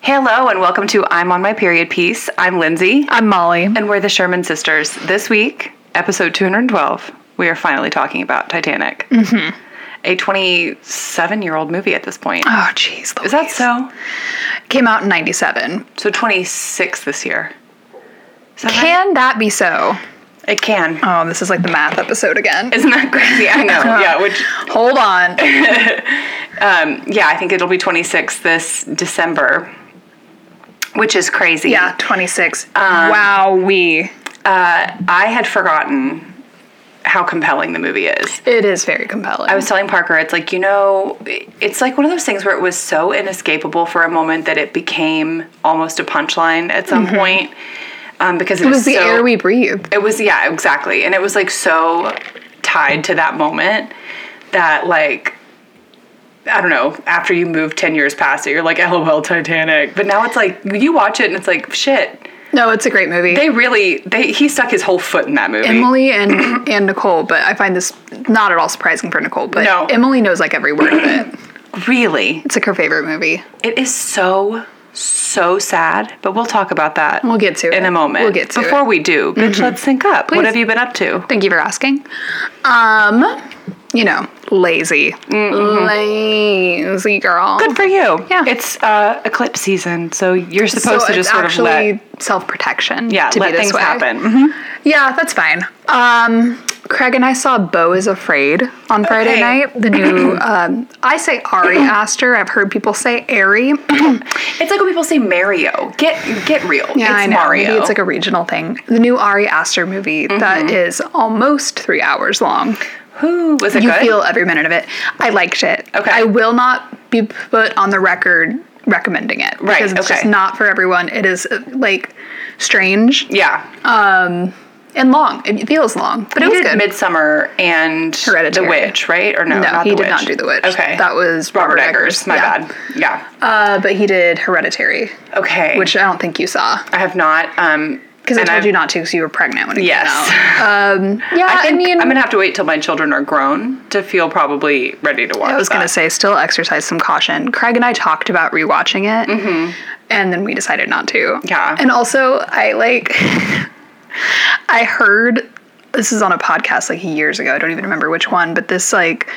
Hello, and welcome to I'm on my period piece. I'm Lindsay, I'm Molly. and we're the Sherman sisters. This week, episode 212, we are finally talking about Titanic, mm-hmm. a 27 year old movie at this point. Oh, jeez. Is that so? Came out in 97. So 26 this year. Is that right? Can that be so? It can. Oh, this is like the math episode again. Isn't that crazy? I know. yeah, which Hold on. yeah, I think it'll be 26 this December, which is crazy. Yeah, 26. wow, we. I had forgotten how compelling the movie is. It is very compelling. I was telling Parker, it's like, you know, it's like one of those things where it was so inescapable for a moment that it became almost a punchline at some point. Um, because it, Mm-hmm. it was the so, air we breathed. It was, yeah, exactly. And it was like so tied to that moment that, like, I don't know, after you move 10 years past it, you're like, lol, Titanic. But now it's like, you watch it and it's like, shit. No, it's a great movie. They really, they he stuck his whole foot in that movie. Emily and and Nicole, but I find this not at all surprising for Nicole, but No. Emily knows like every word of it. really? It's like her favorite movie. It is so, so sad, but we'll talk about that. We'll get to it. in a moment. We'll get to Before it. Mm-hmm. we do, bitch, let's sync up. What have you been up to? Thank you for asking. Um, you know, lazy. Mm-hmm. Lazy girl. Good for you. Yeah. It's uh, eclipse season, so you're supposed to just sort of actually let, self-protection. yeah, to let be this things way. Mm-hmm. happen. Mhm. Yeah, that's fine. Um, Craig and I saw Bo is Afraid on Friday Okay. night. The new, um, I say Ari Aster. I've heard people say Ari. It's like when people say Mario. Get get real. Yeah, it's I know. Mario. Maybe it's like a regional thing. The new Ari Aster movie Mm-hmm. that is almost three hours long. Who was it You good? feel every minute of it. I liked it. Okay. I will not be put on the record recommending it Right, because it's just okay. not for everyone. It is uh, like strange yeah. and long. It feels long, but it he was did Oh, good. Midsummer and Hereditary. The Witch, right? Or no? no, not he the did witch. not do the witch. Okay, that was Robert, Robert, Eggers. My yeah. bad. Yeah. Uh, but he did Hereditary, okay. which I don't think you saw I have not. Um, because I and told I've- you not to because you were pregnant when it Yes. came out. Yeah, I, think mean, I'm gonna have to wait till my children are grown to feel probably ready to watch. I was that. going to say, still exercise some caution. Craig and I talked about rewatching it, and then we decided not to. Yeah. And also, I like, I heard this is on a podcast like years ago. I don't even remember which one, but this like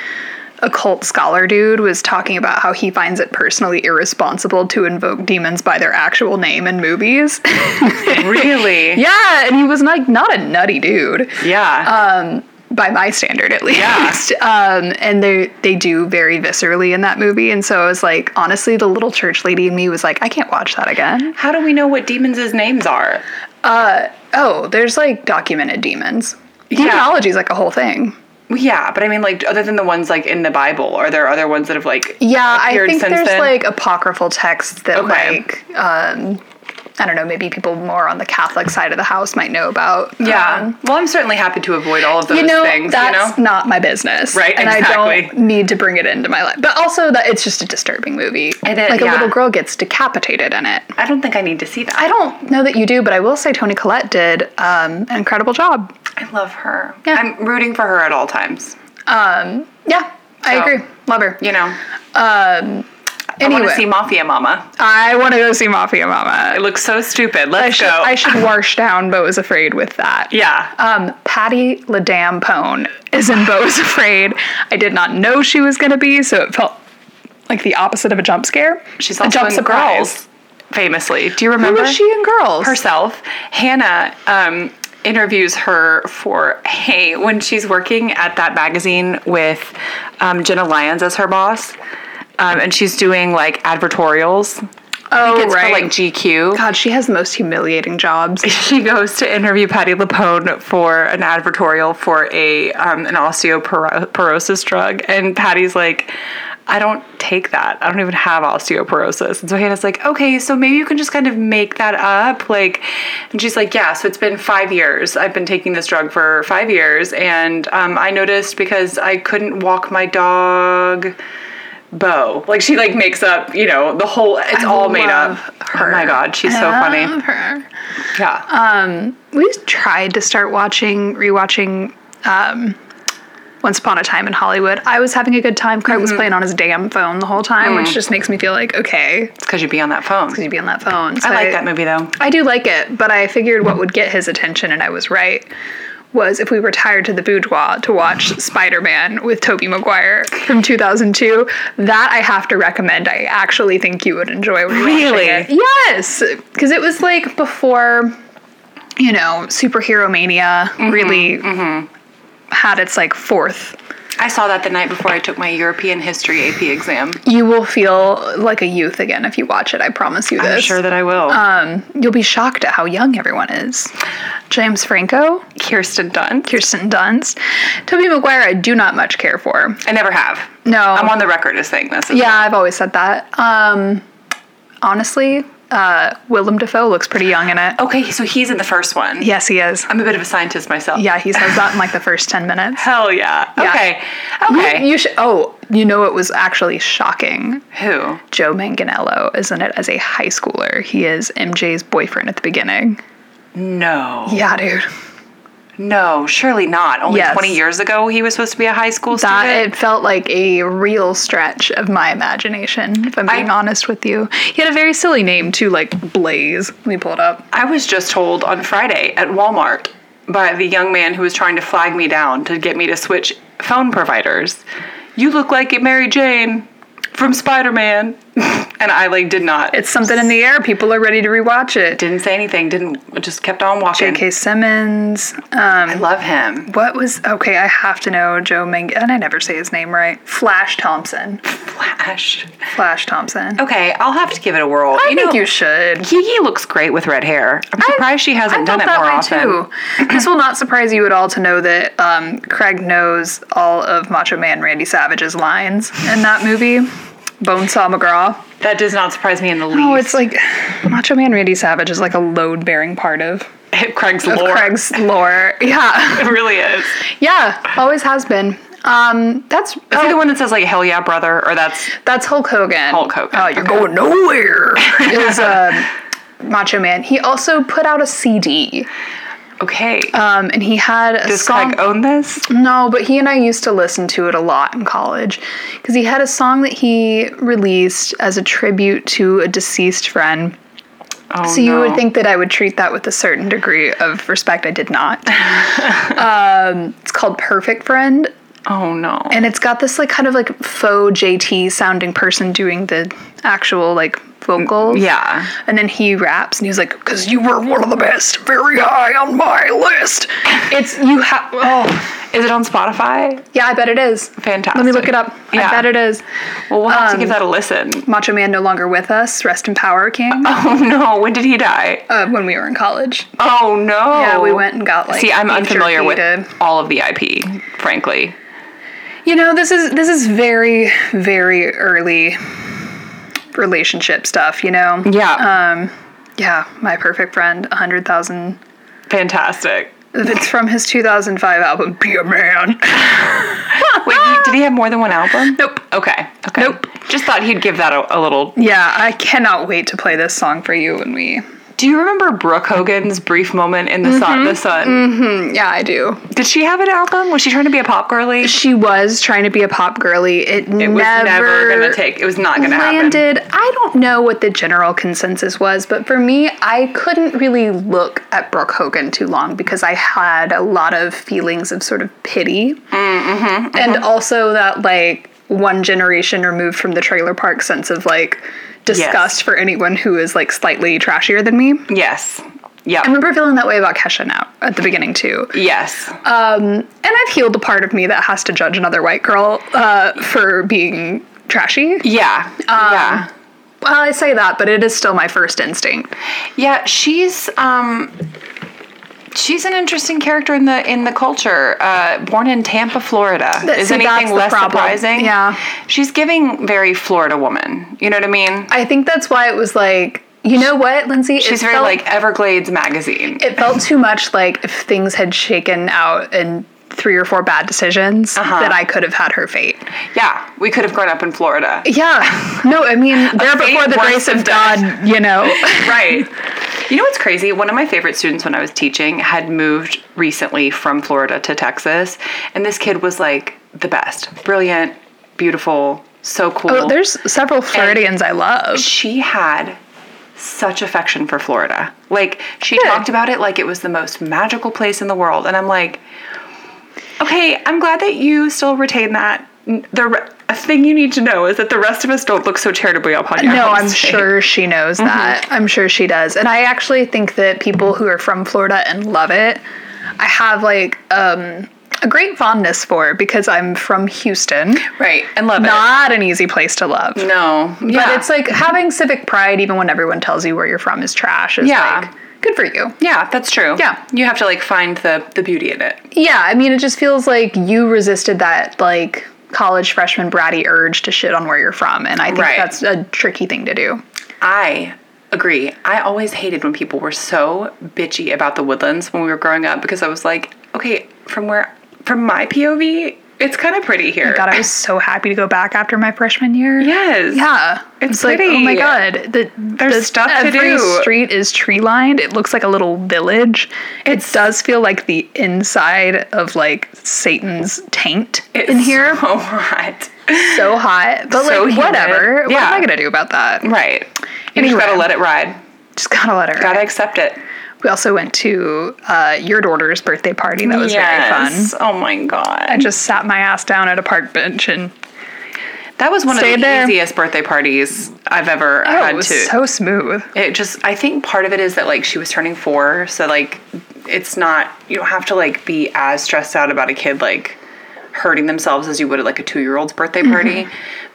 occult scholar dude was talking about how he finds it personally irresponsible to invoke demons by their actual name in movies. really. yeah, and he was like not a nutty dude Yeah. by my standard at least. Um, and they they do very viscerally in that movie, and so I was like, honestly, the little church lady in me was like, I can't watch that again. How do we know what demons' names are? Oh, there's like documented demons. Demonology is like a whole thing. Well, Yeah, but I mean, like, other than the ones like in the Bible, are there other ones that have like? Yeah, I Appeared think since there's then? like apocryphal texts that Okay. like um, I don't know, maybe people more on the Catholic side of the house might know about. Yeah. Um, well, I'm certainly happy to avoid all of those you know, things. You that's know. not my business. Right, and I exactly. don't need to bring it into my life. But also, that it's just a disturbing movie. It is, like yeah. a little girl gets decapitated in it. I don't think I need to see that. I don't know that you do, but I will say Tony Collette did um, an incredible job. I love her. Yeah. I'm rooting for her at all times. Yeah, I So- agree. Love her. You know, I anyway, want to see Mafia Mama. I want to go see Mafia It Mama. looks so stupid. I Let's should, go. I should wash down Bo is Afraid with that. yeah. Um, Patty LaDam Pone is in Bo is Afraid. I did not know she was going to be, so it felt like the opposite of a jump scare. She's a also jump in surprise. Girls, famously. Do you Who remember? was she in Girls? herself. Hannah um, interviews her for Hey when she's working at that magazine with um, Jenna Lyons as her boss, um, and she's doing like advertorials. oh, It's right. for like GQ. God, she has the most humiliating jobs. She goes to interview Patty Lapone for an advertorial for a um, an osteoporosis drug, and Patty's like. I don't take that. I don't even have osteoporosis. And so Hannah's like, okay, so maybe you can just kind of make that up. Like, and she's like, yeah, so it's been five years. I've been taking this drug for five years. And um, I noticed because I couldn't walk my dog, Bo. Like, she like makes up, you know, the whole, it's all made up. love Um, Oh my God, she's so funny. Love her. Yeah. we tried to start watching rewatching um Once Upon a Time in Hollywood. I was having a good time. Craig was playing on his damn phone the whole time, which just makes me feel like, okay, It's because you'd be on that phone. you'd be on that phone. So I like that movie though. I do like it, but I figured what would get his attention, and I was right, was if we retired to the boudoir to watch Spider Man with Tobey Maguire from 2002. That I have to recommend. I actually think you would enjoy rewatching Really? it. Yes, because it was like before, you know, superhero mania Mm-hmm, really had its like fourth I saw that the night before I took my European history AP exam. you will feel like a youth again if you watch it. I promise you this. I'm sure that I will. Uh, You'll be shocked at how young everyone is. James Franco, Kirsten Dunst. Kirsten Dunst, Toby Maguire. I do not much care for. I never have. No, I'm on the record as saying this. yeah, I've always said that. Um, honestly, uh, Willem Dafoe looks pretty young in it. Okay, so he's in the first one. Yes, he is. I'm a bit of a scientist myself. Yeah, he says that in like the first ten minutes. Hell yeah. Yeah. Okay. Okay. You, you should. Oh, you know it was actually shocking. Who? Joe Manganiello is in it as a high schooler. He is MJ's boyfriend at the beginning. No. Yeah, dude. No, surely not. Only Yes. 20 years ago, he was supposed to be a high school That student. it felt like a real stretch of my imagination, if I'm being I- honest with you. He had a very silly name too, like Blaze. Let me pull it up. I was just told on Friday at Walmart by the young man who was trying to flag me down to get me to switch phone providers. You look like Mary Jane from Spider Man. and I, like, did not. It's something in the air. People are ready to rewatch it. didn't say anything. Didn't, just kept on walking. J.K. Simmons. I Um, love him. what was okay? I have to know Joe Mang, and I never say his name right. Flash Thompson. Flash. Flash Thompson. Okay, I'll have to give it a whirl. I think Oh, know, you should. Kiki looks great with red hair. I'm surprised she hasn't I done felt it that more way often. too. this will not surprise you at all to know that um, Craig knows all of Macho Man Randy Savage's lines in that movie, Bonesaw McGraw. That does not surprise me in the least. Oh, it's like Macho Man Randy Savage is like a load bearing part of, Craig's of lore. Craig's lore. Yeah, It really is. yeah, always has been. Um, that's Is he the one that says like "Hell yeah, brother"? Or that's That's Hulk Hogan. Hulk Hogan. Oh, you're going nowhere. is uh, Macho Man. He also put out a CD, okay. um, and he had a does song. Mm-hmm. Craig own this? No, but he and I used to listen to it a lot in college because he had a song that he released as a tribute to a deceased friend. Oh, So you would no. think that I would treat that with a certain degree of respect. I did not. um, it's called Perfect Friend, Oh no. and it's got this like kind of like faux JT sounding person doing the actual like vocals. Mm, yeah. And then he raps and he's like, "Cause you were one of the best, very high on my list." It's you have. Oh, Is it on Spotify? yeah, I bet it is. Fantastic. Let me look it up. Yeah. I bet it is. Well, we'll have to give Um, that a listen. Macho Man no longer with us. Rest in power, King. Oh no. When did he die? Uh, when we were in college. Oh no. Yeah, we went and got like. See, I'm beef unfamiliar jerky with to- all of the IP, frankly. You know, this is this is very very early relationship stuff. You know. Uh, Yeah. Yeah, my perfect friend, a hundred thousand. Fantastic. It's from his 2005 album, Be a Man. Wait, he- did he have more than one album? Nope. Okay. Okay. Nope. Just thought he'd give that a, a little. Yeah, I cannot wait to play this song for you when we. Do you remember Brooke Hogan's brief moment in the Mm-hmm. sun? The sun. Mm. Yeah, I do. Did she have an album? Was she trying to be a pop girly? She was trying to be a pop girly. It, It was never, gonna take. It was not gonna happen. landed. I don't know what the general consensus was, but for me, I couldn't really look at Brooke Hogan too long because I had a lot of feelings of sort of pity. And also that, like, one generation removed from the trailer park sense of, like, disgust for anyone who is, like, slightly trashier than me. Yes. Yeah. I remember feeling that way about Kesha now at the beginning, too. yes. And I've healed the part of me that has to judge another white girl uh, for being trashy. yeah. Um, yeah. Well, I say that, but it is still my first instinct. Yeah. She's um. She's an interesting character in the in the culture. Uh, born in Tampa, Florida, is see, that's anything the less problem. surprising? Yeah. she's giving very Florida woman. You know what I mean? I think that's why it was like, you know what, Lindsay? It She's very felt- like Everglades magazine. it felt too much like if things had shaken out in three or four bad decisions Uh-huh. that I could have had her fate. yeah, we could have grown up in Florida. Yeah. No, I mean, there fate before the worse grace than of God, you know. right. You know what's crazy? One of my favorite students when I was teaching had moved recently from Florida to Texas, and this kid was like the best, brilliant, beautiful, so cool. Oh, there's several Floridians I love. she had such affection for Florida. Like she Good. talked about it like it was the most magical place in the world, and I'm like, okay, I'm glad that you still retain that. N- The re- a thing you need to know is that the rest of us don't look so charitably upon your No, I'm honesty. sure she knows Mm-hmm. that. I'm sure she does. And I actually think that people who are from Florida and love it, I have like um, a great fondness for because I'm from Houston. Right, and love Not an easy place to love. it. No, yeah, But it's like having civic pride, even when everyone tells you where you're from, is trash. Is Yeah. like good for you. yeah, that's true. Yeah. you have to like find the the beauty in it. Yeah, I mean, it just feels like you resisted that like college freshman bratty urge to shit on where you're from, and I think Right. that's a tricky thing to do. I agree. I always hated when people were so bitchy about the woodlands when we were growing up because I was like, okay, from where, from my POV, it's kind of pretty here. God, I was so happy to go back after my freshman year. yes. Yeah, It's like oh my pretty. god, the, There's the- stuff to every do. street is tree lined. It looks like a little village. It's- it does feel like the inside of like Satan's taint It's in here. so hot. So hot, but so like humid. whatever. What am Yeah. I gonna do about that? Right. You just Anyway. gotta let it ride. Just gotta let her. Gotta accept it. We also went to uh, your daughter's birthday party. That was very fun. Yes. Oh my I god. just sat my ass down at a park bench and That was one of the Stayed there. easiest birthday parties I've ever oh, had it was to. so smooth. it just i think part of it is that like she was turning four so like it's not you don't have to like be as stressed out about a kid like hurting themselves as you would at like a two-year-old's birthday party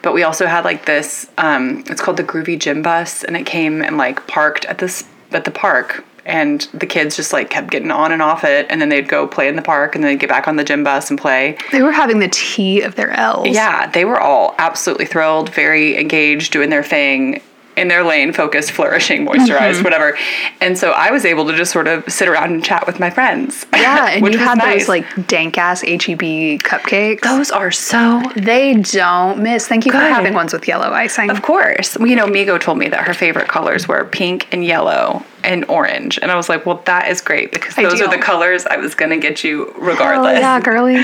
but we also had like this um it's called the groovy gym bus and it came and like parked at this at the park and the kids just like kept getting on and off it and then they'd go play in the park and then they'd get back on the gym bus and play They were having the tea of their L's. yeah, they were all absolutely thrilled, very engaged, doing their thing in their lane, focused, flourishing, moisturized, whatever. And so I was able to just sort of sit around and chat with my friends. Yeah, and which you was had nice. those like dank ass HEB cupcakes. those are so. They don't miss. Thank you for Good. having ones with yellow icing. Of course, Well, you know, Migo told me that her favorite colors were pink and yellow and orange, and I was like, "Well, that is great because those Ideal. are the colors I was gonna get you Hell regardless." Oh, yeah, girly.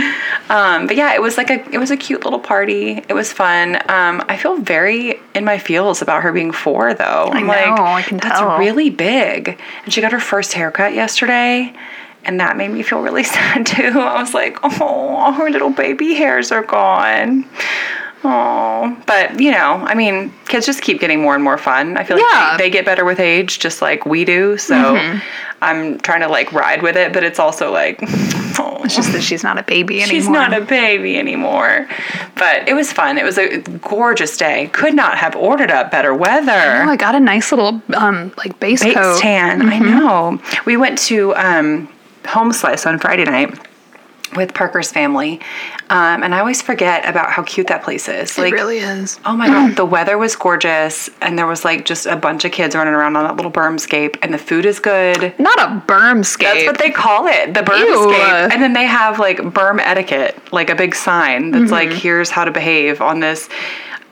Um, but yeah, it was like a it was a cute little party. It was fun. Um, I feel very in my feels about her being four, though. I'm like, know, I can that's tell." really big. And she got her first haircut yesterday, and that made me feel really sad too. I was like, oh, all her little baby hairs are gone. Oh, but you know, I mean, kids just keep getting more and more fun. I feel like Yeah. Mm-hmm. they, they get better with age, just like we do. So I'm trying to like ride with it, but it's also like, oh, Just that she's not a baby anymore. She's not a baby anymore. But it was fun. It was a gorgeous day. Could not have ordered up better Oh, weather. I got a nice little um like base Baked coat. Mm-hmm. tan. I know. We went to um, Home Slice on Friday night with Parker's family. Um, and I always forget about how cute that place is. it really is. Oh my god, the weather was gorgeous, and there was like just a bunch of kids running around on that little bermscape, and the food is good. Not a berm That's scape. what they call it, the berm Ew. escape. And then they have like berm etiquette, like a big sign that's like, Mm-hmm. here's how to behave on this.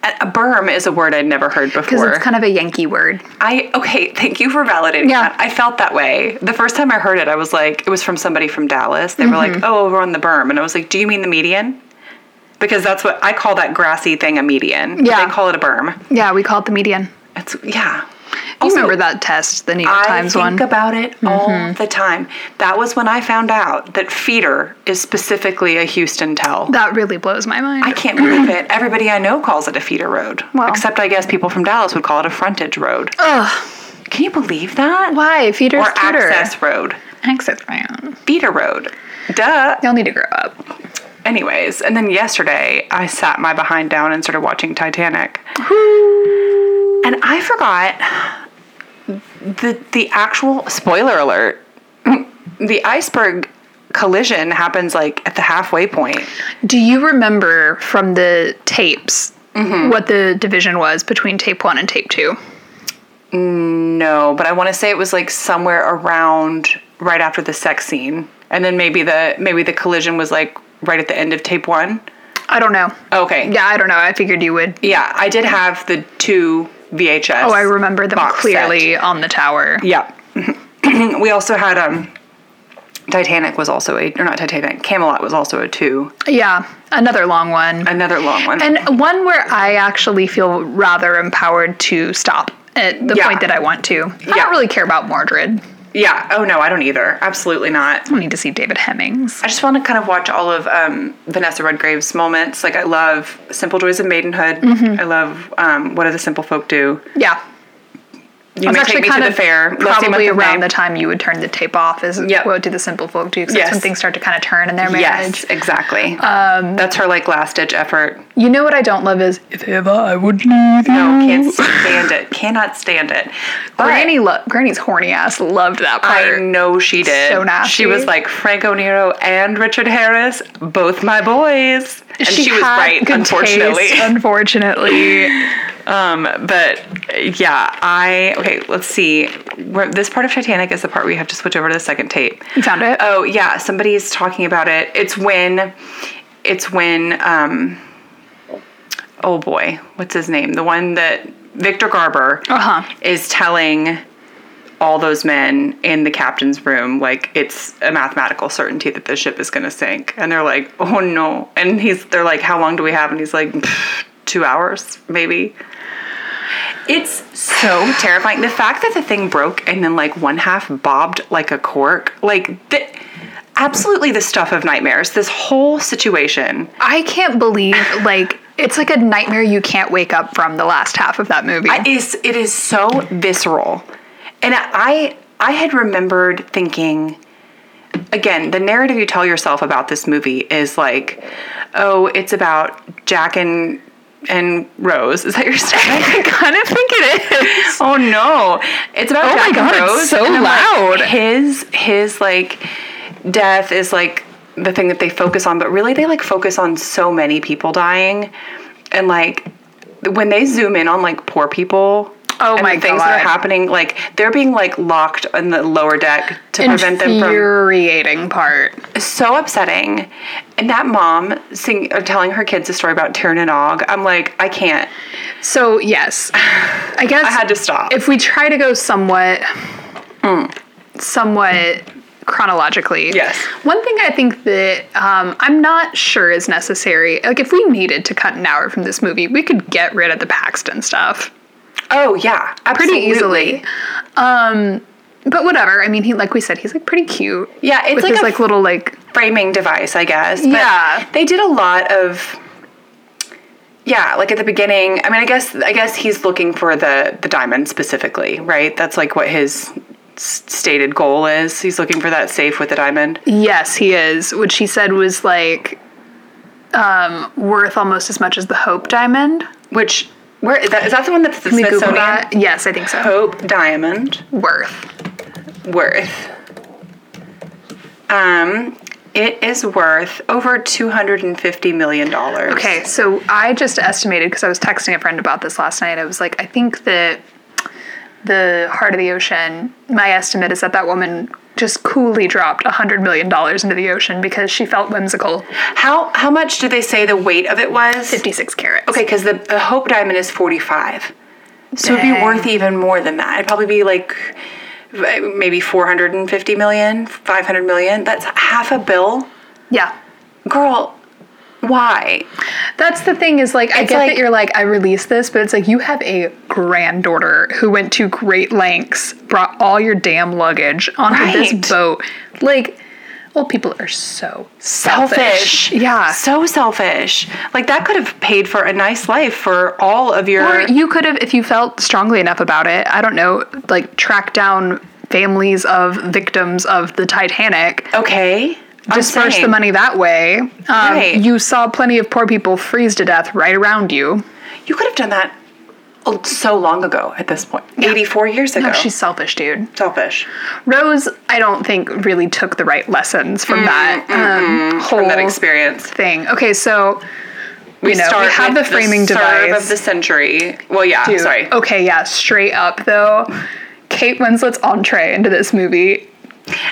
A a berm is a word I'd never heard Because before. it's kind of a Yankee word. I okay, thank you for validating Yeah. that. I felt that way the first time I heard it. I was like, it was from somebody from Dallas. They were Mm-hmm. like, oh, over on the berm, and I was like, do you mean the median? Because that's what I call that grassy thing a median. but Yeah. they call it a berm. Yeah, we call it the median. It's yeah. You Also, remember that test, the New York I Times think one? Mm-hmm. about it all the time. That was when I found out that feeder is specifically a Houston tell. that really blows my mind. I can't believe it. Everybody I know calls it a feeder road. Wow. Except I guess people from Dallas would call it a frontage road. Oh. Ugh. Can you believe that? Why? Feeder's Or cuter. access road. Access, man. Feeder road. Duh. Y'all need to grow up. Anyways, and then yesterday I sat my behind down and started watching Titanic. and I forgot the the actual spoiler alert. The iceberg collision happens like at the halfway point. Do you remember from the tapes Mm-hmm. what the division was between tape one and tape two? No, but I want to say it was like somewhere around right after the sex scene. And then maybe the maybe the collision was like right at the end of tape 1. I don't know. Okay. Yeah, I don't know. I figured you would. Yeah, I did have the two VHS. Oh, I remember them Box set. clearly on the tower. Yeah. we also had um, Titanic was also a or not Titanic Camelot was also a two. Yeah, another long one. Another long one. And one where I actually feel rather empowered to stop at the Yeah. point that I want to. I Yeah. don't really care about Mordred. yeah. Oh no, I don't either. Absolutely not. I don't need to see David Hemmings. I just want to kind of watch all of um, Vanessa Redgrave's moments. Like I love Simple Joys of Maidenhood. Mm-hmm. I love um, What Do the Simple Folk Do. Yeah. You It's may take me to the fair. Let's see probably month of around May. the time you would turn the tape off is Yep. what do the simple folk do because Yes. that's when things start to kind of turn in their marriage. Um, Yes, exactly. That's her like last ditch effort. You know what I don't love is if ever I would leave you. No, can't stand it. Cannot stand it. But Granny lo- Granny's horny ass loved that I part. know she did. So nasty. She was like Franco Nero and Richard Harris, both my boys. And she, was had right, good unfortunately. taste, unfortunately, Um, but uh, yeah, I okay. Let's see. We're, this part of Titanic is the part we have to switch over to the second tape. you found it. Oh yeah, somebody is talking about it. It's when, it's when. Um, oh boy, what's his name? The one that Victor Garber Uh-huh. is telling all those men in the captain's room like it's a mathematical certainty that the ship is going to sink and they're like oh no and he's they're like how long do we have and he's like "Pfft, two hours maybe it's so terrifying the fact that the thing broke and then like one half bobbed like a cork like the, absolutely the stuff of nightmares this whole situation I can't believe like it's like a nightmare you can't wake up from the last half of that movie. I- is it is so visceral and i i had remembered thinking again the narrative you tell yourself about this movie is like oh it's about jack and and rose is that your stomach kind of think it is. oh no it's about Oh my jack God, and it's rose so and I'm like, loud. his his like death is like the thing that they focus on but really they like focus on so many people dying and like when they zoom in on like poor people Oh and my the things that are God. happening like they're being like locked in the lower deck to prevent them from Infuriating part. so upsetting and that mom sing, or telling her kids a story about Tyrannnog I'm like I can't So yes, I guess I had to stop if we try to go somewhat somewhat chronologically Yes. one thing i think that um, i'm not sure is necessary like if we needed to cut an hour from this movie we could get rid of the paxton stuff oh yeah pretty absolutely. easily um, but whatever i mean he like we said he's like pretty cute yeah it's with like his a like little like framing device, I guess. But Yeah. They did a lot of yeah, like at the beginning. I mean, I guess I guess he's looking for the the diamond specifically, right? That's like what his s- stated goal is. He's looking for that safe with the diamond. yes he is which he said was like um, worth almost as much as the hope diamond Which where is that? Is that the one that's the Let me Google Smithsonian? that. yes i think so Hope Diamond worth worth. Um, it is worth over two hundred and fifty million dollars. Okay, so I just estimated because I was texting a friend about this last night. I was like, I think that the heart of the ocean. My estimate is that that woman just coolly dropped hundred million dollars into the ocean because she felt whimsical. How how much do they say the weight of it was? Fifty-six carats. Okay, because the, the Hope Diamond is 45. So it'd be Dang. worth even more than that. It'd probably be like uh, maybe 450 million, 500 million. That's half a bill. Yeah. Girl, why? That's the thing is like I It's get like- that you're like I released this, but it's like you have a granddaughter who went to great lengths, brought all your damn luggage onto Right. this boat. Like, old people are so selfish. Selfish. Yeah. So selfish. Like that could have paid for a nice life for all of your. Or you could have, if you felt strongly enough about it, I don't know, like track down families of victims of the Titanic, okay. I'm disperse the saying. money that way. Um, Right. You saw plenty of poor people freeze to death right around you. You could have done that oh, so long ago at this point. 84 years ago. No, she's selfish, dude. selfish. Rose, I don't think really took the right lessons from that um, whole From that experience. thing. Okay, so we you know we have the with framing serve device of the century. Well, yeah, Dude, Oh. sorry. Okay, yeah, straight up though. Kate Winslet's entree into this movie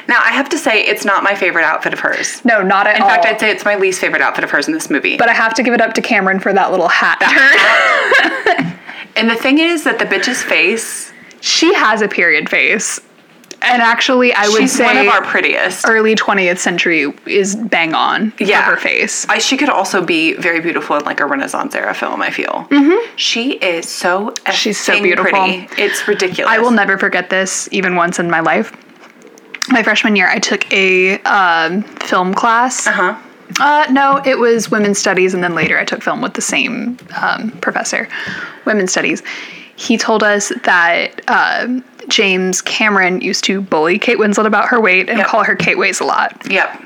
Now I have to say it's not my favorite outfit of hers. No, not at In all. fact, I'd say it's my least favorite outfit of hers in this movie. but I have to give it up to Cameron for that little hat turn. and the thing is that the bitch's face. she has a period face. and actually, I would She's say one of our prettiest. early 20th century is bang on Yeah. for her face. I, she could also be very beautiful in like a Renaissance era film. I feel she is so Mm-hmm. She's so effing beautiful. pretty. It's ridiculous. I will never forget this, even once in my life. My freshman year, I took a um, film class. Uh huh. Uh, no, it was women's studies, and then later I took film with the same um, professor, women's studies. He told us that um James Cameron used to bully Kate Winslet about her weight and Yep. call her Kate Weighs a lot. Yep.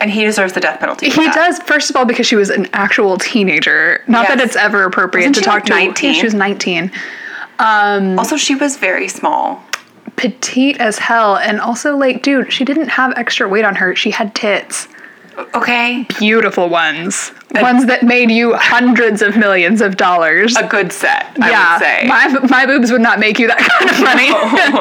And he deserves the death penalty. for He that. does, first of all, because she was an actual teenager. Not that Yes. it's ever appropriate Wasn't to she, talk like, to. 19? Yeah, she was 19. Also, she was very small. Petite as hell. And also, like, dude, she didn't have extra weight on her. She had tits. Okay. Beautiful ones. Ones that made you hundreds of millions of dollars. A good set, I would say. My, my boobs would not make you that kind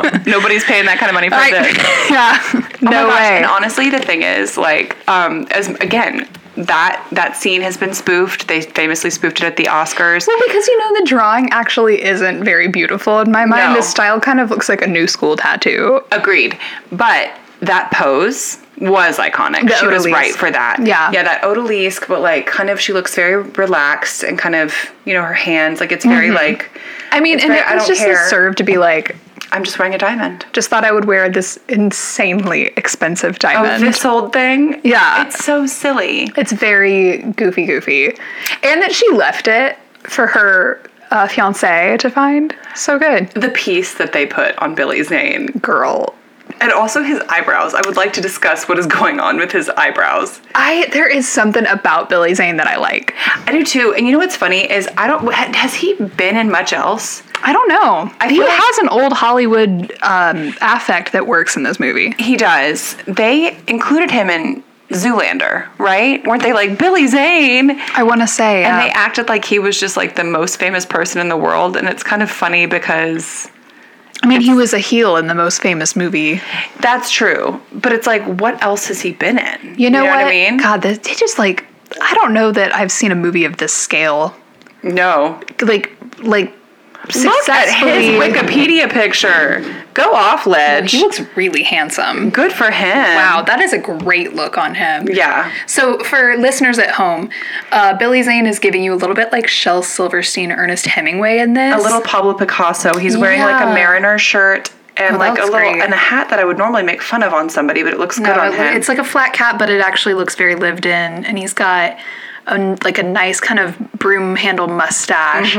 of money. Nobody's paying that kind of money for Like, this. yeah. No Oh my gosh, way. And honestly, the thing is, like, um, as again, that that scene has been spoofed. They famously spoofed it at the Oscars. well, because you know the drawing actually isn't very beautiful in my mind. No. The style kind of looks like a new school tattoo. Agreed. But that pose was iconic. The she was odalisque. right for that. Yeah. Yeah, that odalisque, but like kind of she looks very relaxed and kind of, you know, her hands, like it's very Mm-hmm. like I mean, and very- I it was don't just a care. serve to be like, I'm just wearing a diamond. just thought I would wear this insanely expensive Oh, diamond. this old thing? Yeah. It's so silly. it's very goofy, goofy, and that she left it for her uh, fiance to find. So good, The piece that they put on Billy Zane. girl. And also his eyebrows. I would like to discuss what is going on with his eyebrows. I there is something about Billy Zane that I like. I do too. And you know what's funny is I don't ha- has he been in much else? I don't know. he feel like- has an old Hollywood um, affect that works in this movie. He does. They included him in Zoolander, right? Weren't they like Billy Zane? And I want to say, uh, they acted like he was just like the most famous person in the world, and it's kind of funny because I mean, he was a heel in the most famous movie. that's true. But it's like, what else has he been in? You know, what? I mean? God, this, they just like I don't know that I've seen a movie of this scale. No. Like, like Look at successfully. his Wikipedia picture. Go off, Ledge. he looks really handsome. Good for him. Wow, that is a great look on him. Yeah. So, for listeners at home, uh, Billy Zane is giving you a little bit like Shel Silverstein, Ernest Hemingway in this. a little Pablo Picasso. He's wearing like Yeah. a mariner shirt and Oh, that like a looks little great. and a hat that I would normally make fun of on somebody, but it looks good No, on it- him. It's like a flat cap, but it actually looks very lived in, and he's got a, n- like a nice kind of broom handle mustache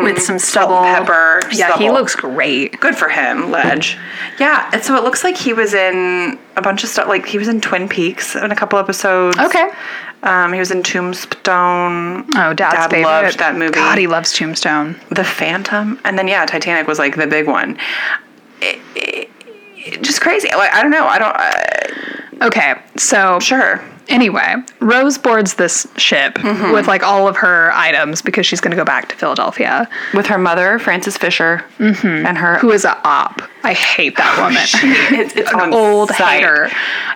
with some stubble. and Mm-hmm, pepper, Yeah, he stubble. looks great. good for him, Ledge. Yeah, and so it looks like he was in a bunch of stuff. Like he was in Twin Peaks in a couple episodes. Okay. Um, he was in Tombstone. Oh, Dad's Dad favorite. loved that movie. God, he loves Tombstone. The Phantom, and then yeah, Titanic was like the big one. It- it- it- just crazy. Like I don't know. I don't. Uh, Okay, so sure. anyway, Rose boards this ship with like all of her items because she's going to go back to Philadelphia. With her mother, Frances Fisher, and her Who is a op? I hate that woman. it's, it's on Old site. hater.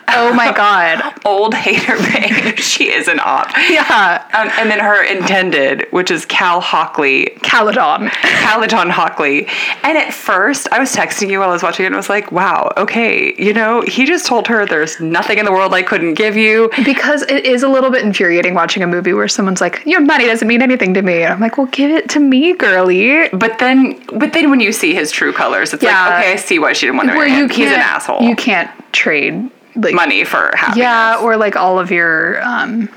Oh my god. old hater babe. she is an op. Yeah, Um, and then her intended, which is Cal Hockley, Caladon. Caladon Hockley. And at first, I was texting you while I was watching it and I was like, wow, okay, you know, he just told her there's nothing in the world I couldn't give you. Because it is a little bit infuriating watching a movie where someone's like, "Your money doesn't mean anything to me," and I'm like, "Well, give it to me, girlie." But then, but then when you see his true colors, it's Yeah. like, okay, I see why she didn't want to Where marry you him. can't, He's an asshole. You can't trade like Money for happiness. yeah, or like all of your um,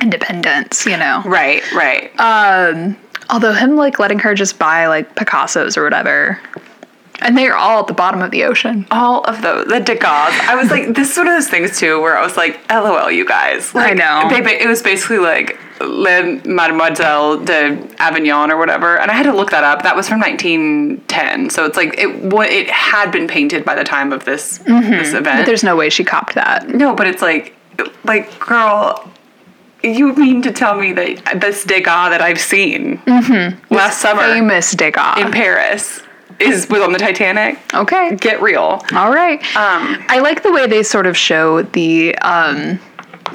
independence, you know. Right, right. Although him like letting her just buy like Picasso's or whatever, and they are all at the bottom of the ocean. all of those the Degas. I was like, this is one of those things too, where I was like, "LOL, you guys." Like, know. They, ba- it was basically like Le Mademoiselle de Avignon or whatever, and I had to look that up. That was from 1910, so it's like it what it had been painted by the time of this this event. Mm-hmm. There's no way she copped that. no, but it's like, like girl. You mean to tell me that this Degas that I've seen last summer Mm-hmm. Famous in Degas. Paris is was on the Titanic? Okay. Get real. All right. Um, I like the way they sort of show the um,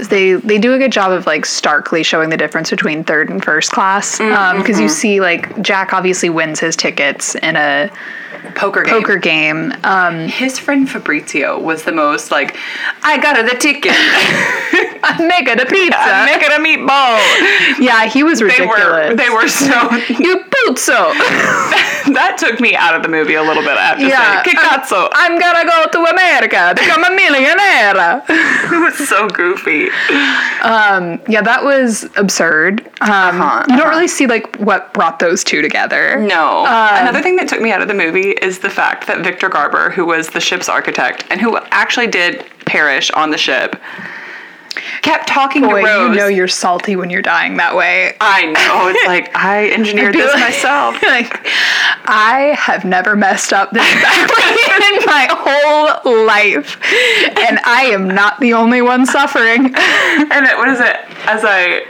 they they do a good job of like starkly showing the difference between third and first class Mm, because mm-hmm. you see like Jack obviously wins his tickets in a Poker game. poker game. Uh, His friend Fabrizio was the most like, I got her the ticket. Mega the I'm pizza. making a meatball. Yeah, he was They ridiculous. were they were so you puzzo. that took me out of the movie a little bit. I have to Yeah. say, que cazzo. I'm gonna go to America, become a millionaire. It was so goofy. Yeah, that was absurd. Um, You don't really see like what brought those two together. No. Another thing that took me out of the movie is the fact that Victor Garber, who was the ship's architect and who actually did perish on the ship, kept talking Boy, to Rose. you know you're salty when you're dying that way. I know. It's like I engineered feel this like- myself. like, I have never messed up this badly in my whole life, and I am not the only one suffering. And it, what is it? As I,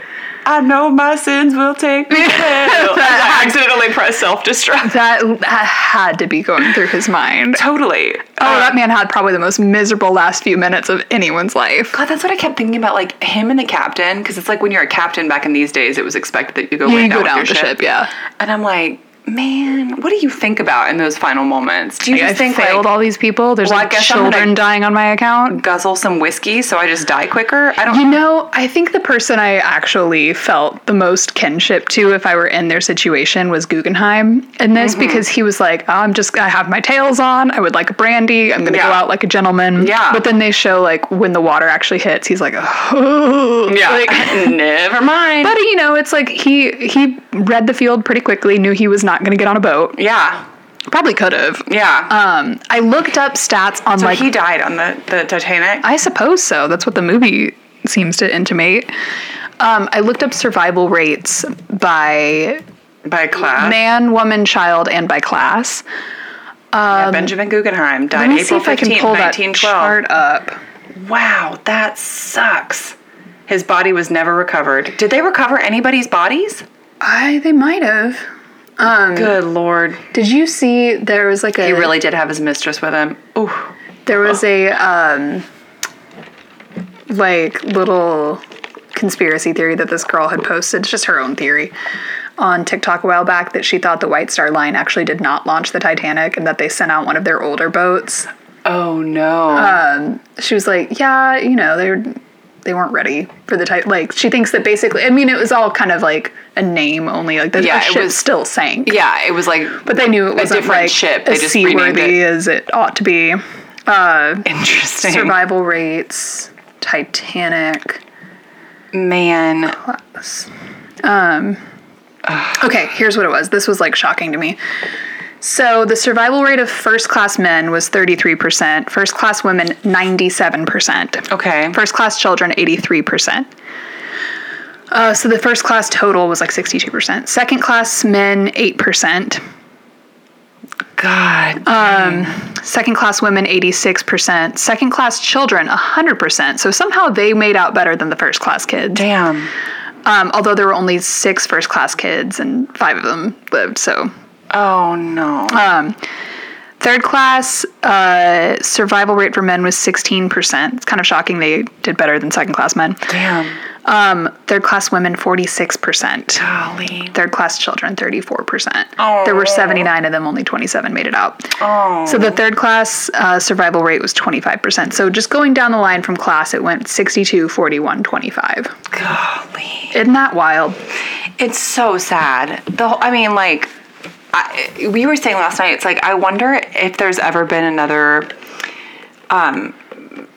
I know my sins will take me. to hell. As I accidentally press self destruct. That that had to be going through his mind. Totally. Oh, Uh, that man had probably the most miserable last few minutes of anyone's life. God, that's what I kept thinking about, like him and the captain, because it's like when you're a captain back in these days, it was expected that you go, way You down, go down with with the your ship, yeah. And I'm like, man, what do you think about in those final moments? Do you I just think failed like all these people. There's Well, I like guess I'm gonna- children dying on my account. guzzle some whiskey so I just die quicker? I don't. You know, I think the person I actually felt the most kinship to if I were in their situation was Guggenheim in this because he was like, oh, I'm just, I have my tails on. I would like a brandy. I'm going to go Yeah. out like a gentleman. Yeah. But then they show like when the water actually hits, he's like, oh. yeah. Like, never mind. but you know, it's like he he read the field pretty quickly, knew he was not going to get on a boat. yeah. Probably could have. Yeah. Um, I looked up stats on so like he died on the, the Titanic. I suppose so. That's what the movie seems to intimate. Um, I looked up survival rates by by class. man, woman, child, and by class. Yeah, Benjamin Guggenheim died Let me see April if I can 15th, pull that 1912. chart up. Wow, that sucks. His body was never recovered. Did they recover anybody's bodies? I they might have. Good lord. Did you see there was like a He really did have his mistress with him. Ooh. there was a um like little conspiracy theory that this girl had posted. It's just her own theory on TikTok a while back that she thought the White Star Line actually did not launch the Titanic and that they sent out one of their older boats Oh no. she was like, yeah, you know, they're they weren't ready for the type. Like she thinks that basically, I mean, it was all kind of like a name only. Like the Yeah, yeah, it ship was- still sank, yeah, it was like but they knew it wasn't different like ship. They as just renamed seaworthy as it ought to be. interesting. Survival rates, Titanic. Man. Okay, here's what it was. This was like shocking to me. So the survival rate of first class men was 33%, first class women 97%. Okay. First class children, 83%. Uh, so the first class total was like 62%. Second class men, 8%. God. Second class women, 86%. Second class children, 100%. So somehow they made out better than the first class kids. damn. Um, although there were only six first class kids and five of them lived. So Oh no. third class uh, survival rate for men was 16%. It's kind of shocking they did better than second class men. damn. Um, third class women, 46%. Golly. third class children 34% Oh. there were 79 of them only 27 made it out Oh. so the third class uh, survival rate was 25% so just going down the line from class it went 62 41 25 Golly. isn't that wild It's so sad. The whole, I mean, like, I, we were saying last night. It's like I wonder if there's ever been another um,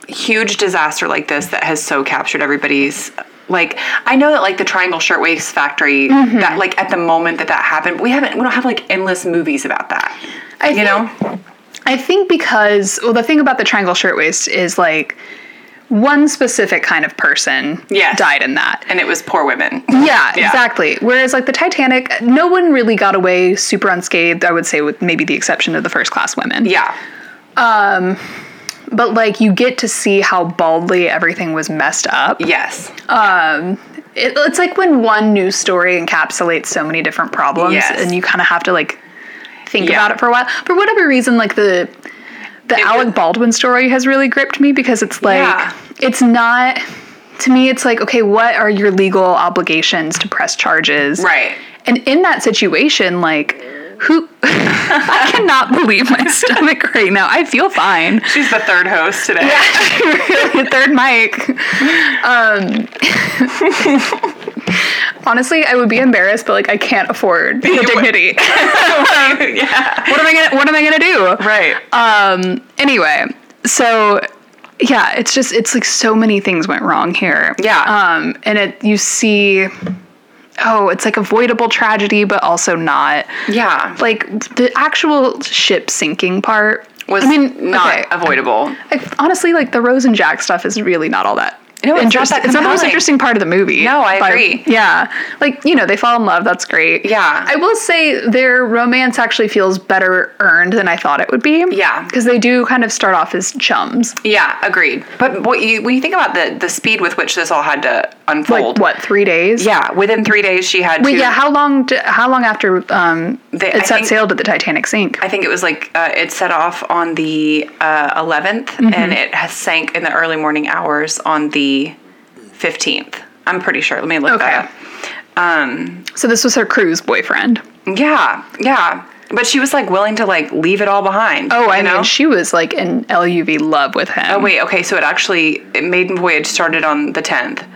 huge disaster like this that has so captured everybody's like I know that like the Triangle Shirtwaist Factory Mm-hmm. that like at the moment that that happened we haven't we don't have like endless movies about that I you think- know i think because well the thing about the triangle shirtwaist is like one specific kind of person Yes. died in that and it was poor women Yeah, Yeah. exactly. Whereas like the Titanic, no one really got away super unscathed, I would say with maybe the exception of the first class women. yeah But like you get to see how baldly everything was messed up. yes It, it's like when one news story encapsulates so many different problems Yes. and you kind of have to like think Yeah. about it for a while. For whatever reason, like the the Alec Baldwin story has really gripped me because it's like Yeah. it's not to me it's like okay what are your legal obligations to press charges Right. and in that situation like who i cannot believe my stomach right now i feel fine She's the third host today. Really, third mic. Um, honestly, I would be embarrassed, but like I can't afford the would. dignity. what yeah. am I gonna What am I gonna do? Right. Um. Anyway, so yeah, it's just it's like so many things went wrong here. Yeah. Um. And it you see, oh, it's like avoidable tragedy, but also not. yeah. Like the actual ship sinking part Was I mean, not okay. avoidable. I, honestly, like the Rose and Jack stuff is really not all that. No, it's not interesting. that it's not the most compelling. interesting part of the movie. No, I But, agree. Yeah, like you know, they fall in love. That's great. Yeah. I will say their romance actually feels better earned than I thought it would be. Yeah. because they do kind of start off as chums. Yeah, agreed. But what you, when you think about the the speed with which this all had to unfold, Like what, three days? Yeah, within three days she had. Wait, to, yeah. How long? d how long after um, They- I it set think- sail did the Titanic sink? I think it was like uh, it set off on the uh, 11th Mm-hmm. and it has sank in the early morning hours on the 15th. I'm pretty sure. Let me look Okay. that so this was her cruise boyfriend. up. Yeah, yeah. But she was like willing to like leave it all behind. Oh, I you mean, know? she was like in LUV love with him. Oh wait, okay. So it actually it maiden voyage started on the 10th.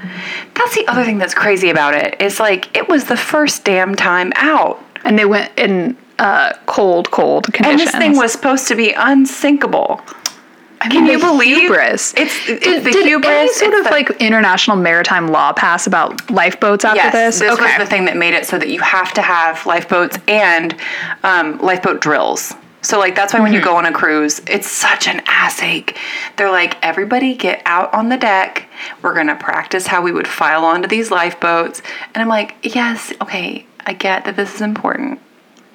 That's the other thing that's crazy about it. Is like it was the first damn time out. and they went in uh, cold, cold And conditions. this thing was supposed to be unsinkable. Can you believe hubris? It's, it's Did, the did hubris. any sort it's of the- like international maritime law pass about lifeboats after Yes, this? this was the thing that made it so that you have to have lifeboats and um, lifeboat drills. So like that's why when you Mm-hmm. go on a cruise, it's such an ass ache. They're like, everybody get out on the deck. We're gonna practice how we would file onto these lifeboats. And I'm like, yes, okay, I get that this is important,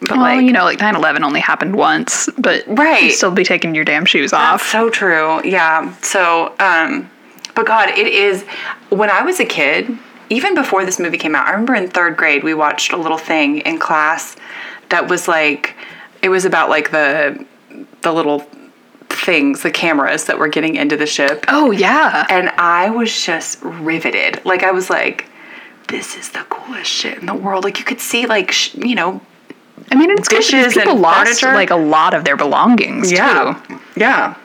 but well, like, you know, like 9-11 only happened once, but Right. you still be taking your damn shoes off. So true. Yeah. So, um, but God, it is. When I was a kid, even before this movie came out, I remember in third grade we watched a little thing in class that was like, it was about like the the little things, the cameras that were getting into the ship, Oh yeah, and I was just riveted. Like I was like, this is the coolest shit in the world. Like you could see like sh- you know I mean it's crazy because dishes and people lost furniture. like a lot of their belongings too. yeah.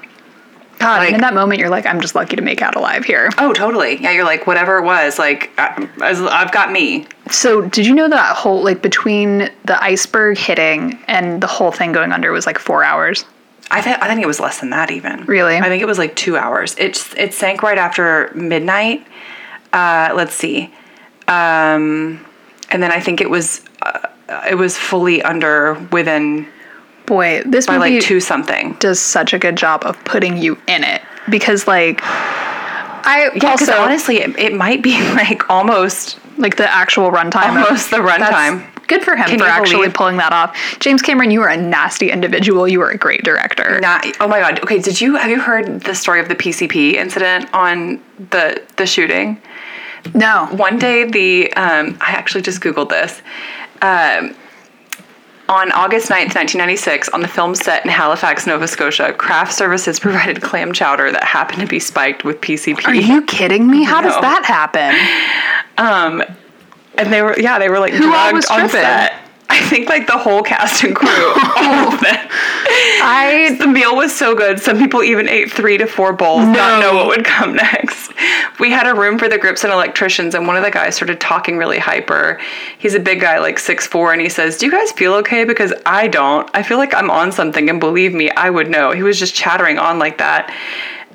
God, Like- and in that moment you're like, I'm just lucky to make out alive here. Oh, totally. Yeah, you're like whatever it was. Like I, as- I've got me. So did you know that whole like between the iceberg hitting and the whole thing going under was like four hours? I think I think it was less than that even. Really? I think it was like two hours. It it sank right after midnight. Uh, let's see, um, and then I think it was uh, it was fully under within Boy, this by movie like two something. does such a good job of putting you in it because like I Yeah, because also honestly, it, it might be like almost like the actual runtime of- almost the that's runtime. Good for him Can for you actually believe- pulling that off. James Cameron, you are a nasty individual. You are a great director. Not, oh my god. Okay, did you have you heard the story of the PCP incident on the the shooting? No. one day the um, i actually just googled this um, on august 9th 1996 on the film set in halifax nova scotia craft services provided clam chowder that happened to be spiked with Are pcp you kidding me? How No. does that happen? and they were yeah they were like all drugged was on tripping? set i think like the whole cast and crew all of them I the meal was so good. Some people even ate three to four bowls, not know what would come next. We had a room for the grips and electricians, and one of the guys started talking really hyper. He's a big guy, like six four, and he says, "Do you guys feel okay? Because I don't. I feel like I'm on something, and believe me, I would know." He was just chattering on like that.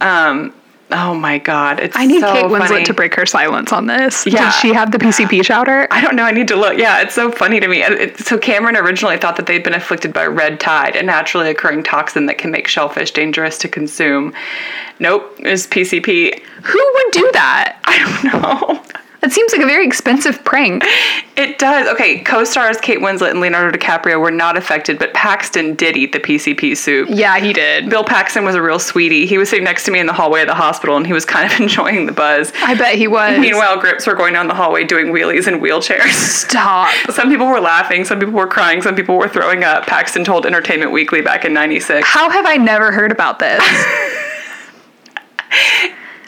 Um, oh my god, it's I need so Kate Winslet funny. to break her silence on this. Yeah. Did she have the PCP chowder? I don't know. I need to look. Yeah, it's so funny to me. And it- So Cameron originally thought that they'd been afflicted by red tide, a naturally occurring toxin that can make shellfish dangerous to consume. Nope, it's PCP. Who would do that? I don't know. That seems like a very expensive prank. It does. Okay, co-stars Kate Winslet and Leonardo DiCaprio were not affected, but Paxton did eat the PCP soup. Yeah, he did. Bill Paxton was a real sweetie. He was sitting next to me in the hallway of the hospital, and he was kind of enjoying the buzz. I bet he was. Meanwhile, grips were going down the hallway doing wheelies in wheelchairs. stop. Some people were laughing, some people were crying, some people were throwing up. Paxton told Entertainment Weekly back in 96. How have I never heard about this?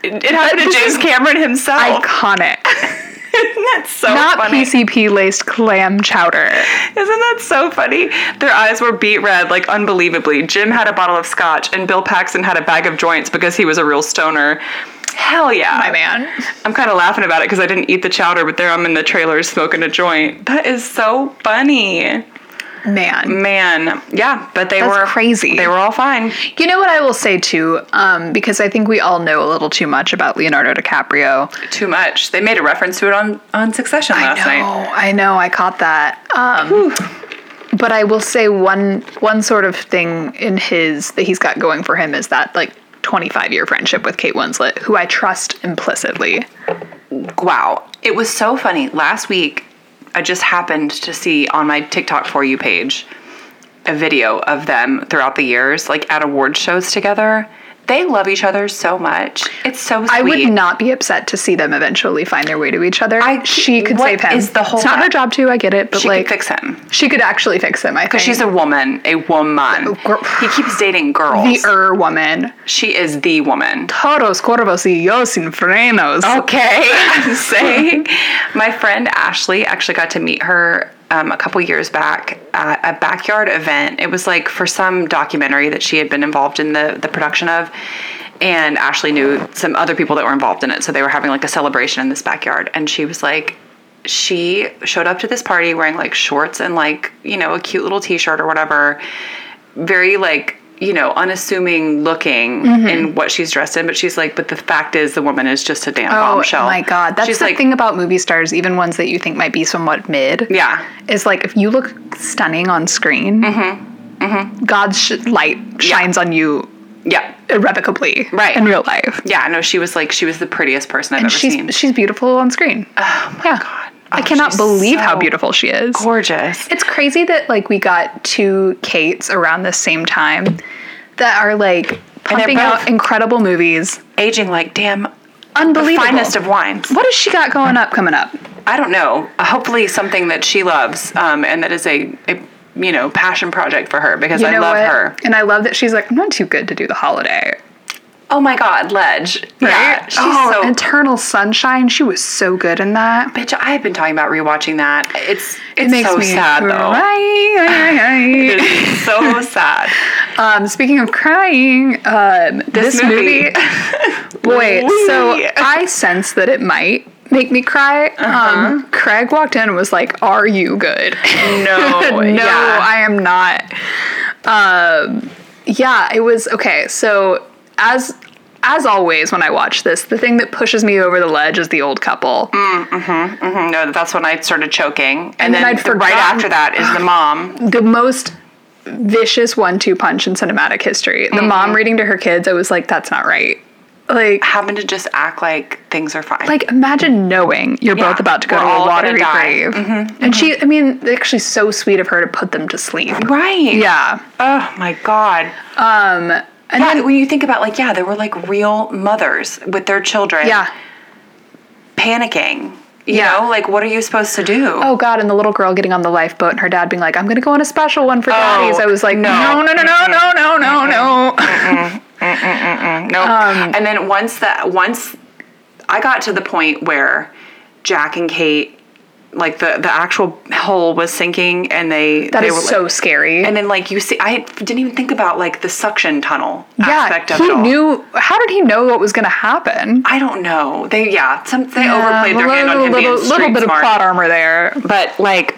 it happened to James Cameron himself. Iconic. Isn't that so Not Oh. funny? PCP laced clam chowder. Isn't that so funny? Their eyes were beat red, like unbelievably. Jim had a bottle of scotch, and Bill Paxton had a bag of joints because he was a real stoner. Hell yeah. My man. I'm kind of laughing about it because I didn't eat the chowder, but there I'm in the trailer smoking a joint. That is so funny. Man. Man, yeah, but they That's were crazy. They were all fine. You know what I will say too, um, because I think we all know a little too much about Leonardo DiCaprio. Too much. They made a reference to it on on Succession last I know, night. I know, I caught that. Um, but I will say one one sort of thing in his that he's got going for him is that like 25 year friendship with Kate Winslet, who I trust implicitly. Wow, it was so funny. Last week, I just happened to see on my TikTok for you page a video of them throughout the years, like at award shows together. They love each other so much. It's so sweet. I would not be upset to see them eventually find their way to each other. I- she could what save him. is the whole- it's not her job to. I get it, but she like could fix him. she could actually fix him. I think But she's a woman, a woman. gr- He keeps dating girls. the er woman. she is the woman. Toros corvos y yo sin frenos. Oh, Okay, I'm saying. My friend Ashley actually got to meet her um, a couple years back at a backyard event. It was like for some documentary that she had been involved in the, the production of. And Ashley knew some other people that were involved in it. So they were having like a celebration in this backyard. And she was like, she showed up to this party wearing like shorts and like, you know, a cute little t shirt or whatever very like you know unassuming looking Mm-hmm. in what she's dressed in but she's like but the fact is the woman is just a damn Oh bombshell my god, that's she's the like thing about movie stars, even ones that you think might be somewhat mid. yeah is like if you look stunning on screen, Mm-hmm. God's sh- light shines on you yeah irrevocably, Right. in real life. yeah no she was like she was the prettiest person i've And ever she's seen she's beautiful on screen. Oh my god, I Oh, cannot she's believe how so beautiful she is. gorgeous It's crazy that like we got two Kates around the same time that are like pumping out both- incredible movies, aging like damn unbelievable. finest of wines what has she got going up coming up? i don't know hopefully something that she loves um, and that is a, a you know passion project for her because You i know love what? her and I love that she's like I'm not too good to do the holiday. oh my god ledge yeah Right? she's oh, so Eternal Sunshine. She was so good in that. bitch i've been talking about rewatching that it's it's It makes so me sad though cry. It's so sad. um, speaking of crying, um, this, movie, movie. boy, so Wee. I sense that it might make me cry. Um, Craig walked in and was like, "Are you good?" No, no, Oh, yeah. I am not. Um, yeah, it was okay. So as as always, when I watch this, the thing that pushes me over the ledge is the old couple. Mm, no, that's when I started choking, and, And then then, I'd the- right forgotten- after that is the mom. the most vicious one-two punch in cinematic history. The mom reading to her kids, I was like, that's not right. Like, Having to just act like things are fine. like imagine knowing you're Yeah, both about to go we're to a all gonna watery die. Mm-hmm. grave, and she, I mean, actually, so sweet of her to put them to sleep. right? Yeah, Oh my god. um, and Yeah, then when you think about like, yeah, there were like real mothers with their children. yeah. Panicking. You Yeah. know, like what are you supposed to do? Oh God! And the little girl getting on the lifeboat, and her dad being like, "I'm gonna go on a special one for daddies." I was like, Oh, no. Mm-hmm. "No, no, no, no, no, no, no, no!" No. Um, and then once that once I got to the point where Jack and Kate, like the the actual hole was sinking, and they That they is were like- so scary. And then like you see, I didn't even think about like the suction tunnel aspect of he it all. knew. How did he know what was gonna happen? I don't know. They yeah, some they Yeah, overplayed their hand on him little, being little, street bit smart. of plot armor there. but like,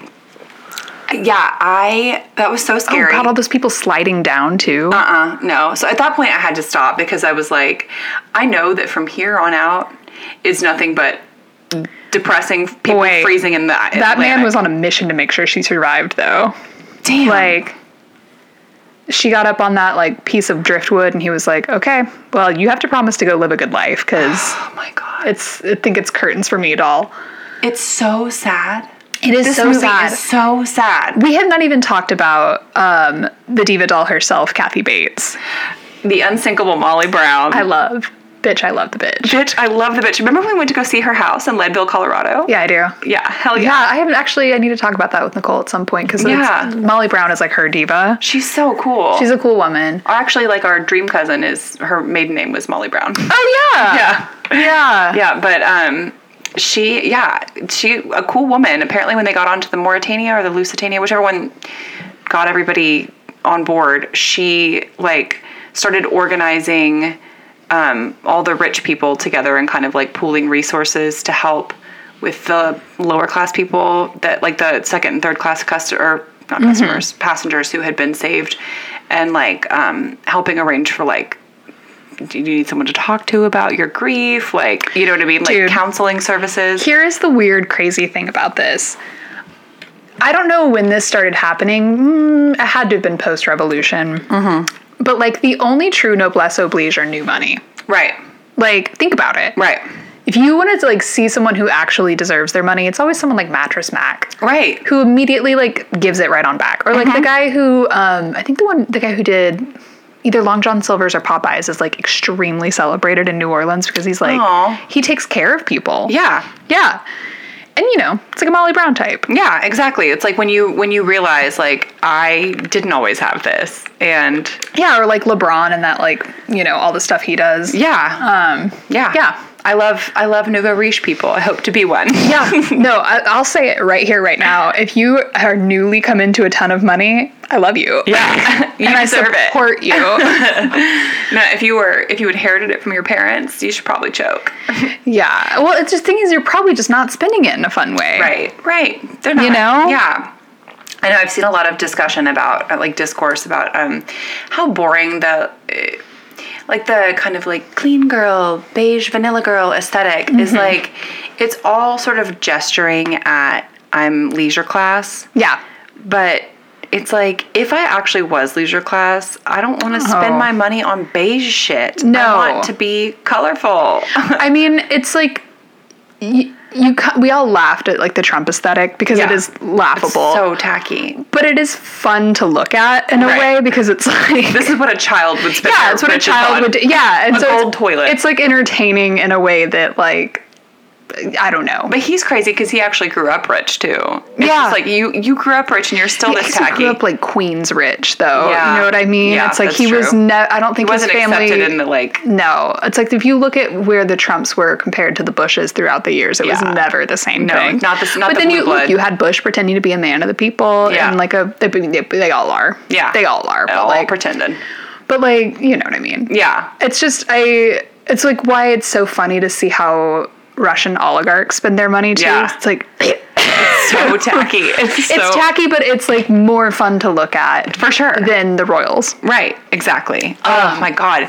yeah, I that was so Oh scary. God, all those people sliding down too. uh-uh, no. So at that point, I had to stop because I was like, I know that from here on out is nothing but depressing people Boy, freezing in the that man was on a mission to make sure she survived, though. damn Like, she got up on that like piece of driftwood, and he was like, "Okay, well, you have to promise to go live a good life, because oh my god, it's I think it's curtains for me doll." it's so sad. It is This so movie sad. is so sad. we have not even talked about um, the diva doll herself, Kathy Bates. The unsinkable Molly Brown. I love, bitch. I love the bitch. bitch, I love the bitch. Remember when we went to go see her house in Leadville, Colorado? Yeah, I do. Yeah, hell yeah. Yeah, I haven't actually. I need to talk about that with Nicole at some point because Yeah. Molly Brown is like her diva. She's so cool. She's a cool woman. Or actually like our dream cousin is her maiden name was Molly Brown. Oh yeah, Yeah. Yeah. Yeah, but um, she, yeah, she, a cool woman. Apparently, when they got onto the Mauritania or the Lusitania, whichever one got everybody on board, she like started organizing um, all the rich people together and kind of like pooling resources to help with the lower class people that like the second and third class customer not Mm-hmm. customers passengers who had been saved and like um, helping arrange for like do you need someone to talk to about your grief? Like, you know what I mean? Like Dude. counseling services. Here is the weird, crazy thing about this. I don't know when this started happening. Mm, it had to have been post revolution. Mm-hmm. But like the only true noblesse oblige are new money. Right. Like, think about it. Right. If you wanted to like see someone who actually deserves their money, it's always someone like Mattress Mac. Right. who immediately like gives it right on back or like Mm-hmm. the guy who um i think the one the guy who did either long john silvers or popeyes is like extremely celebrated in new orleans because he's like Aw. he takes care of people Yeah. yeah and you know it's like a molly brown type Yeah, exactly. It's like when you when you realize like I didn't always have this. And yeah or like lebron and that like you know all the stuff he does yeah. um yeah. yeah. I love I love nouveau riche people. I hope to be one. yeah no I, i'll say it right here right now if you are newly come into a ton of money i love you Yeah. you and i deserve it. support you No, if you were if you inherited it from your parents, you should probably choke. Yeah. Well, it's just thing is you're probably just not spending it in a fun way. Right, right. They're not. You know? Yeah. I know I've seen a lot of discussion about, uh, like, discourse about um, how boring the, uh, like, the kind of like clean girl, beige vanilla girl esthetic Mm-hmm. is like, it's all sort of gesturing at I'm leisure class, Yeah. but it's like, if I actually was leisure class, I don't want to spend Oh. my money on beige shit. No. I want to be colorful. I mean, it's like you, you ca- we all laughed at like the Trump aesthetic because it Yeah. is laughable. so tacky. but it is fun to look at in a Right. way because it's like This is what a child would spend. yeah, their it's what a riches child on. would do. Yeah, and An it's- old toilet. It's like entertaining in a way that like I don't know. But he's crazy because he actually grew up rich too. It's Yeah. just like you you grew up rich and you're still He this also tacky. grew up like Queens rich though. Yeah. You know what I mean? Yeah, it's like that's he was true. ne- I don't think he wasn't his family accepted in the like. No, it's like if you look at where the Trumps were compared to the Bushes throughout the years, it Yeah. was never the same No, thing. not the- not but the then blue you blood. look, you had Bush pretending to be a man of the people, Yeah. and like a they, they, they all are. Yeah, they all are. But All like, pretended. but like you know what I mean. Yeah, It's just I. It's like why it's so funny to see how Russian oligarchs spend their money too. Yeah. It's like so tacky. It's, so, it's tacky, but it's like more fun to look at for sure. than the royals. Right, exactly. oh Um, my god,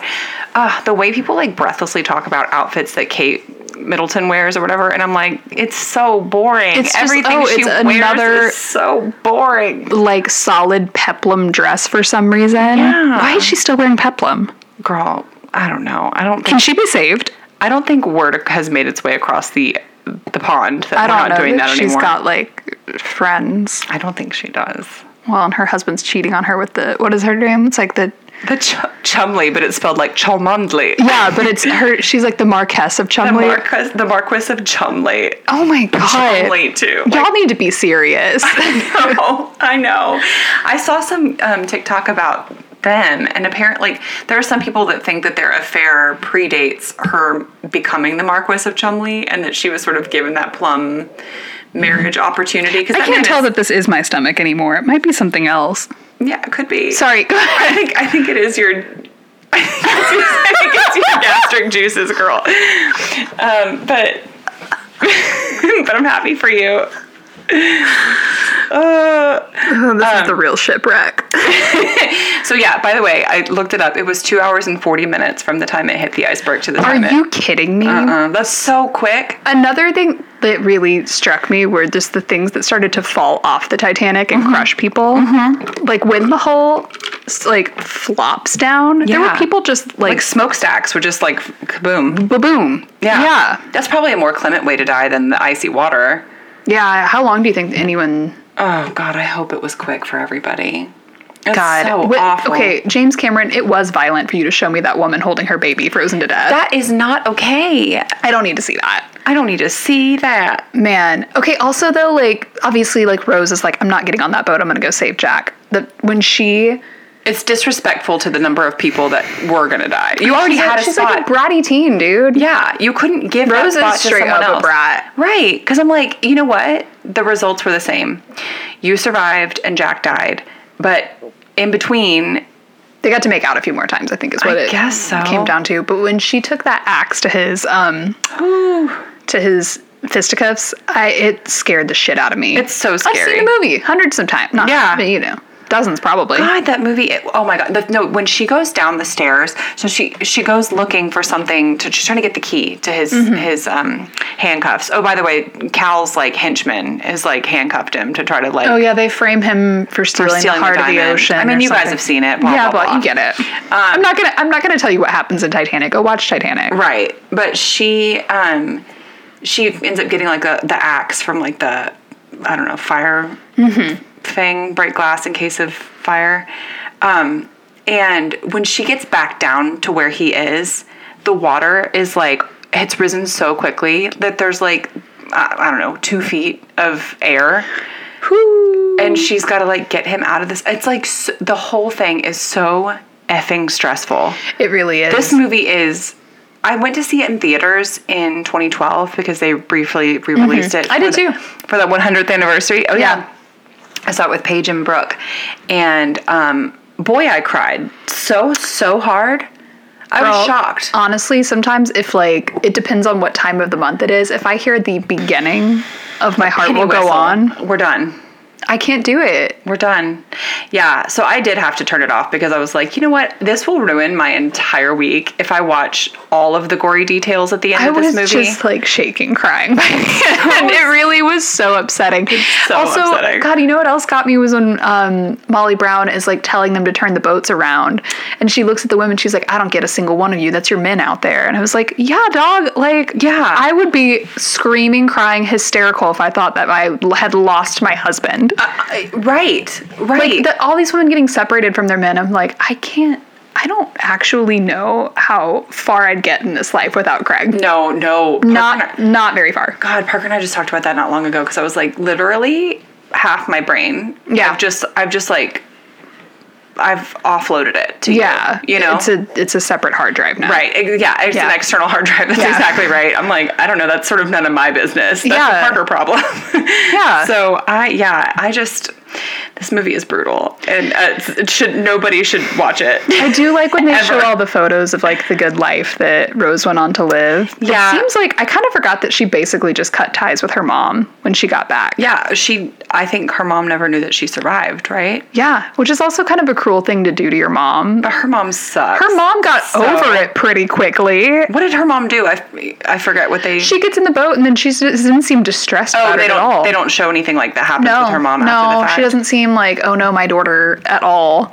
uh, the way people like breathlessly talk about outfits that Kate Middleton wears or whatever, and I'm like, it's so boring. It's just- Everything oh, she it's wears another- is so boring. Like solid peplum dress for some reason. Yeah. Why is she still wearing peplum? Girl, I don't know. I don't. Think, Can she be saved? I don't think word has made its way across the the pond. That I we're don't not know. doing that that she's anymore. got like friends. I don't think she does. Well, and her husband's cheating on her with the what is her name? It's like the The ch- Chumley, but it's spelled like Cholmondley. yeah, but it's her. She's like the Marquess of The Chumley. Marquis, the Marquis of Chumley. oh my god! Chumley too. Y'all need to be serious. I know. I know. I saw some um, TikTok about them, and apparently like, there are some people that think that their affair predates her becoming the Marquis of Chumley, and that she was sort of given that plum marriage opportunity. Because I can't tell that this is my stomach anymore. It might be something else. Yeah, it could be. Sorry. I think I think it is your. I think it's your gastric juices, girl. Um, but but I'm happy for you. this is the real shipwreck. So yeah. By the way, I looked it up. It was two hours and forty minutes from the time it hit the iceberg to the Are time it. you kidding me? Uh, that's so quick. Another thing that really struck me were just the things that started to fall off the Titanic and crush people. Like when the whole s- like flops down, there Yeah. were people just like, Like smokestacks were just like kaboom. boom. Yeah. yeah, That's probably a more clement way to die than the icy water. yeah. How long do you think anyone? Oh God, I hope it was quick for everybody. It's God, so What- awful. okay, James Cameron. It was violent for you to show me that woman holding her baby frozen to death. That is not okay. I don't need to see that. I don't need to see that. Man. Okay, also though, like obviously like Rose is like, I'm not getting on that boat, I'm gonna go save Jack. That when she It's disrespectful to the number of people that were going to die. You already she's Oh, had like, a she's spot. like a bratty teen, dude. yeah, you couldn't give Rose that spot is straight to someone up else. a brat. Right, because I'm like, you know what? The results were the same. You survived and Jack died, but in between, They got to make out a few more times, I think, is what I it guess so. came down to. But when she took that axe to his um to his fisticuffs, I it scared the shit out of me. It's so I've scary. seen the movie hundreds of times. Not, Yeah. yeah, but you know, dozens probably. God, that movie. it- oh my God. The, no, when she goes down the stairs, so she she goes looking for something. To, she's trying to get the key to his Mm-hmm. his um, handcuffs. Oh, by the way, Cal's like henchman is like handcuffed him to try to like Oh yeah, they frame him for stealing, stealing the heart the of the diamond. ocean. I mean, or you guys something. have seen it, blah, yeah, blah, blah. Um, but you get it. I'm not gonna. I'm not gonna tell you what happens in Titanic. Go watch Titanic. Right. But she um she ends up getting like a, the axe from like the I don't know, fire thing, break glass in case of fire. Um and when she gets back down to where he is, the water is like it's risen so quickly that there's like I I don't know, two feet of air, and she's got to like get him out of this. It's like s the whole thing is so effing stressful. It really is. This movie is. I went to see it in theaters in 2012 because they briefly re-released it. Mm-hmm. I for the- did too. for that 100th anniversary. Oh yeah. Yeah. I saw it with Paige and Brooke, and um, boy, I cried so so hard. I was Girl, shocked. Honestly, sometimes if like it depends on what time of the month it is. If I hear the beginning of my heart Penny will go whistle. on, We're done. I can't do it. We're done. Yeah. So I did have to turn it off because I was like, you know what? This will ruin my entire week if I watch all of the gory details at the end I of this was movie. just like shaking, crying, by the end. It really was so upsetting. so also, upsetting. God, you know what else got me was when um, Molly Brown is like telling them to turn the boats around, and she looks at the women. She's like, "I don't get a single one of you. That's your men out there." And I was like, "Yeah, dog. Like, Yeah. I would be screaming, crying, hysterical if I thought that I had lost my husband." Uh, I- right. Right. like the, all these women getting separated from their men i'm like i can't i don't actually know how far i'd get in this life without craig no. No. not not very far God, Parker and I just talked about that not long ago because I was like literally half my brain. Yeah. I've just I've just like I've offloaded it to you, yeah you. know? it's a it's a separate hard drive now right. It- yeah, it's an Yeah. external hard drive. That's Yeah. exactly right. I'm like, I don't know, that's sort of none of my business. That's Yeah. a Parker problem. Yeah. So I yeah, I just this movie is brutal and uh, it's- it should nobody should watch it. i do like when they show Ever. all the photos of like the good life that rose went on to live Yeah. it seems like i kind of forgot that she basically just cut ties with her mom when she got back Yeah, she I think her mom never knew that she survived, right? yeah which is also kind of a cruel thing to do to your mom Her mom sucks. her mom got So- over it pretty quickly What did her mom do? I, I forget what they she gets in the boat and then she doesn't seem distressed Oh, about they it don't. at all. They don't show anything like that happens no, with her mom no, after the fact. she doesn't seem like oh no, my daughter at all.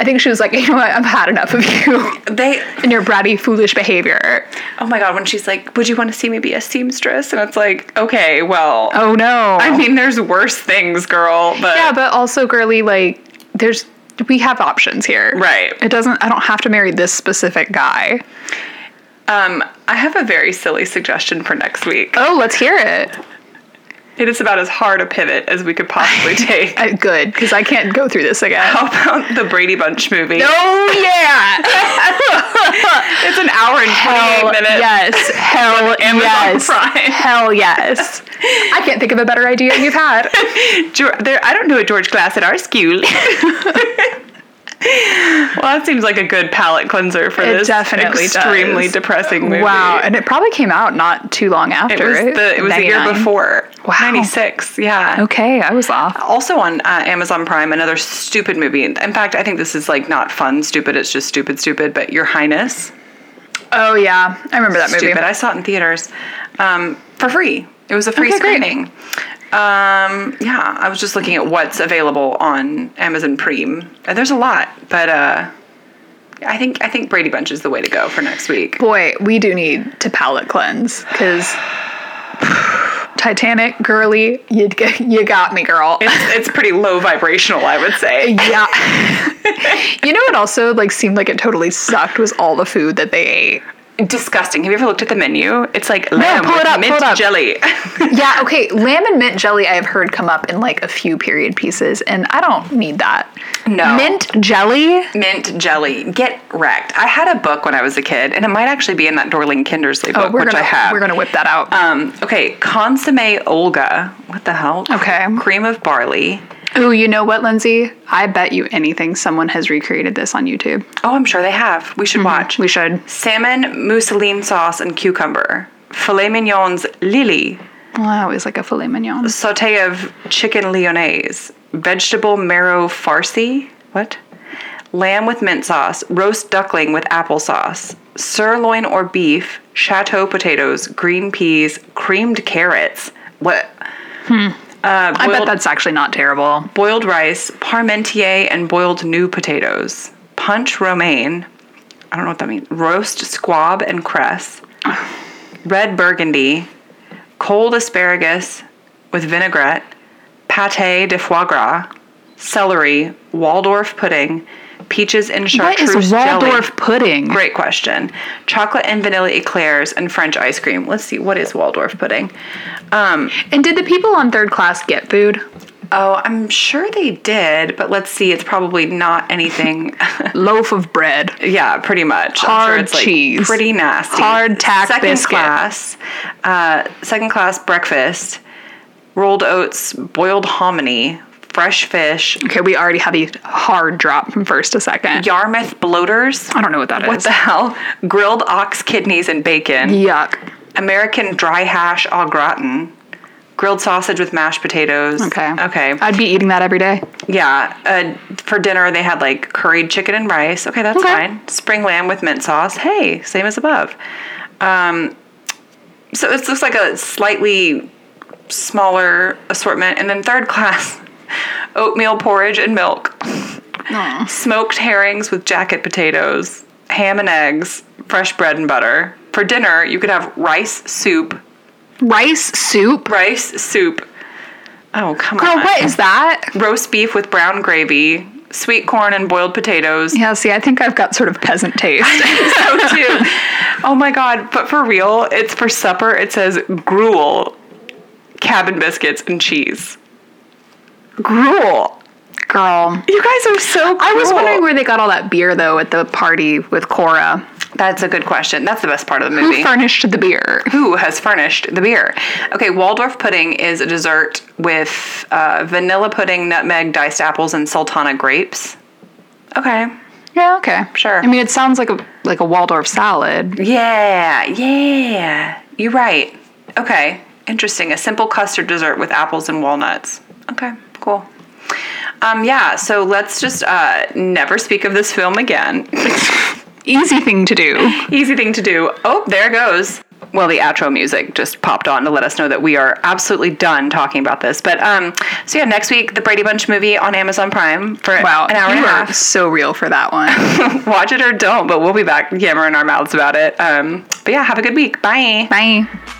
I think she was like, you know what, I've had enough of you They. and your bratty foolish behavior. Oh my god, when she's like, "Would you want to see me be a seamstress?" and it's like, okay, well, Oh no, I mean, there's worse things, girl. But yeah, but also girly, like there's we have options here, Right. It doesn't. I don't have to marry this specific guy. um, I have a very silly suggestion for next week. Oh, let's hear it. It is about as hard a pivot as we could possibly take. Uh, good, because I can't go through this again. How about the Brady Bunch movie? Oh yeah, It's an hour and twenty-eight hell minutes. yes, hell Amazon yes, Prime. hell yes. I can't think of a better idea you've had. Geor- there, I don't know a George Glass at our school. well, that seems like a good palate cleanser for It this definitely extremely does. depressing movie. Wow, and it probably came out not too long after. It was right? the it was the year 99. before. Wow. Ninety six. Yeah. Okay, I was off. Also on uh, Amazon Prime, another stupid movie. In fact, I think this is like not fun, stupid. It's just stupid, stupid. But Your Highness, Oh yeah, I remember that movie. stupid. I saw it in theaters um, for free. It was a free Okay, great. screening. Um, yeah, I was just looking at what's available on Amazon Prime. And There's a lot, but uh, I think I think Brady Bunch is the way to go for next week. Boy, we do need to palate cleanse because Titanic, girly, you g- you got me, girl. It's, it's pretty low vibrational, I would say. yeah. you know what? Also, like, seemed like it totally sucked was all the food that they ate. disgusting. Have you ever looked at the menu? It's like lamb pull it with up, pull mint it up. jelly. Yeah, okay. Lamb and mint jelly I've heard come up in like a few period pieces, and I don't need that. No. Mint jelly? mint jelly. Get wrecked. I had a book when I was a kid, and it might actually be in that Dorling Kindersley book, Oh, we're which gonna I have. we're gonna whip that out. um, okay, consomme Olga. What the hell? Okay. Cream of barley. Ooh, you know what, Lindsay? I bet you anything someone has recreated this on YouTube. Oh, I'm sure they have. We should watch. We should. Salmon, mousseline sauce, and cucumber. Filet mignons, lily. Well, I always like a filet mignon. Saute of chicken lyonnaise. Vegetable marrow farci. What? Lamb with mint sauce. Roast duckling with applesauce. Sirloin or beef. Chateau potatoes. Green peas. Creamed carrots. What? Uh, I bet boiled, that's actually not terrible. boiled rice, parmentier, and boiled new potatoes. Punch romaine. I don't know what that means. Roast squab and cress. Red burgundy. Cold asparagus with vinaigrette. Pate de foie gras. Celery. Waldorf pudding. Peaches and What chartreuse is Waldorf jelly. pudding? Great question. Chocolate and vanilla eclairs and French ice cream. Let's see, what is Waldorf pudding? And did the people on third class get food? Oh, I'm sure they did, but let's see. It's probably not anything. Loaf of bread. yeah, pretty much. I'm Hard cheese. Pretty nasty. Hard tack second biscuit. class. Uh, second class breakfast. Rolled oats, boiled hominy, fresh fish, Okay, we already have a hard drop from first to second. Yarmouth bloaters. I don't know what that is. What the hell? Grilled ox kidneys and bacon. Yuck. American dry hash au gratin. Grilled sausage with mashed potatoes. Okay. Okay. I'd be eating that every day. Yeah. Uh, for dinner, they had like curried chicken and rice. Okay, that's Okay. fine. Spring lamb with mint sauce. Hey, same as above. Um, so it looks like a slightly smaller assortment. And then third class oatmeal porridge and milk, smoked herrings with jacket potatoes, ham and eggs, fresh bread and butter. For dinner, you could have rice soup. Rice soup? Rice soup. Oh, come Girl, on what is that? roast beef with brown gravy, sweet corn and boiled potatoes. Yeah, see, I think I've got sort of peasant taste. so too. Oh my god, but for real, it's for supper. It says gruel, cabin biscuits and cheese. Gruel. Girl. You guys are so I was cruel. wondering where they got all that beer, though, at the party with Cora. That's a good question. That's the best part of the Who movie. furnished the beer? Who has furnished the beer? Okay, Waldorf pudding is a dessert with uh, vanilla pudding, nutmeg, diced apples, and sultana grapes. Okay. Yeah, okay. Sure. I mean, it sounds like a like a Waldorf salad. Yeah, yeah. You're right. Okay, interesting. A simple custard dessert with apples and walnuts. Okay, cool. Um, yeah, so let's just uh, never speak of this film again. Easy thing to do. Easy thing to do. Oh, there it goes. Well, the outro music just popped on to let us know that we are absolutely done talking about this. But um, so yeah, next week the Brady Bunch movie on Amazon Prime for Wow, an hour you and a are half. so real for that one. Watch it or don't, but we'll be back yammering our mouths about it. Um, but yeah, have a good week. Bye. Bye.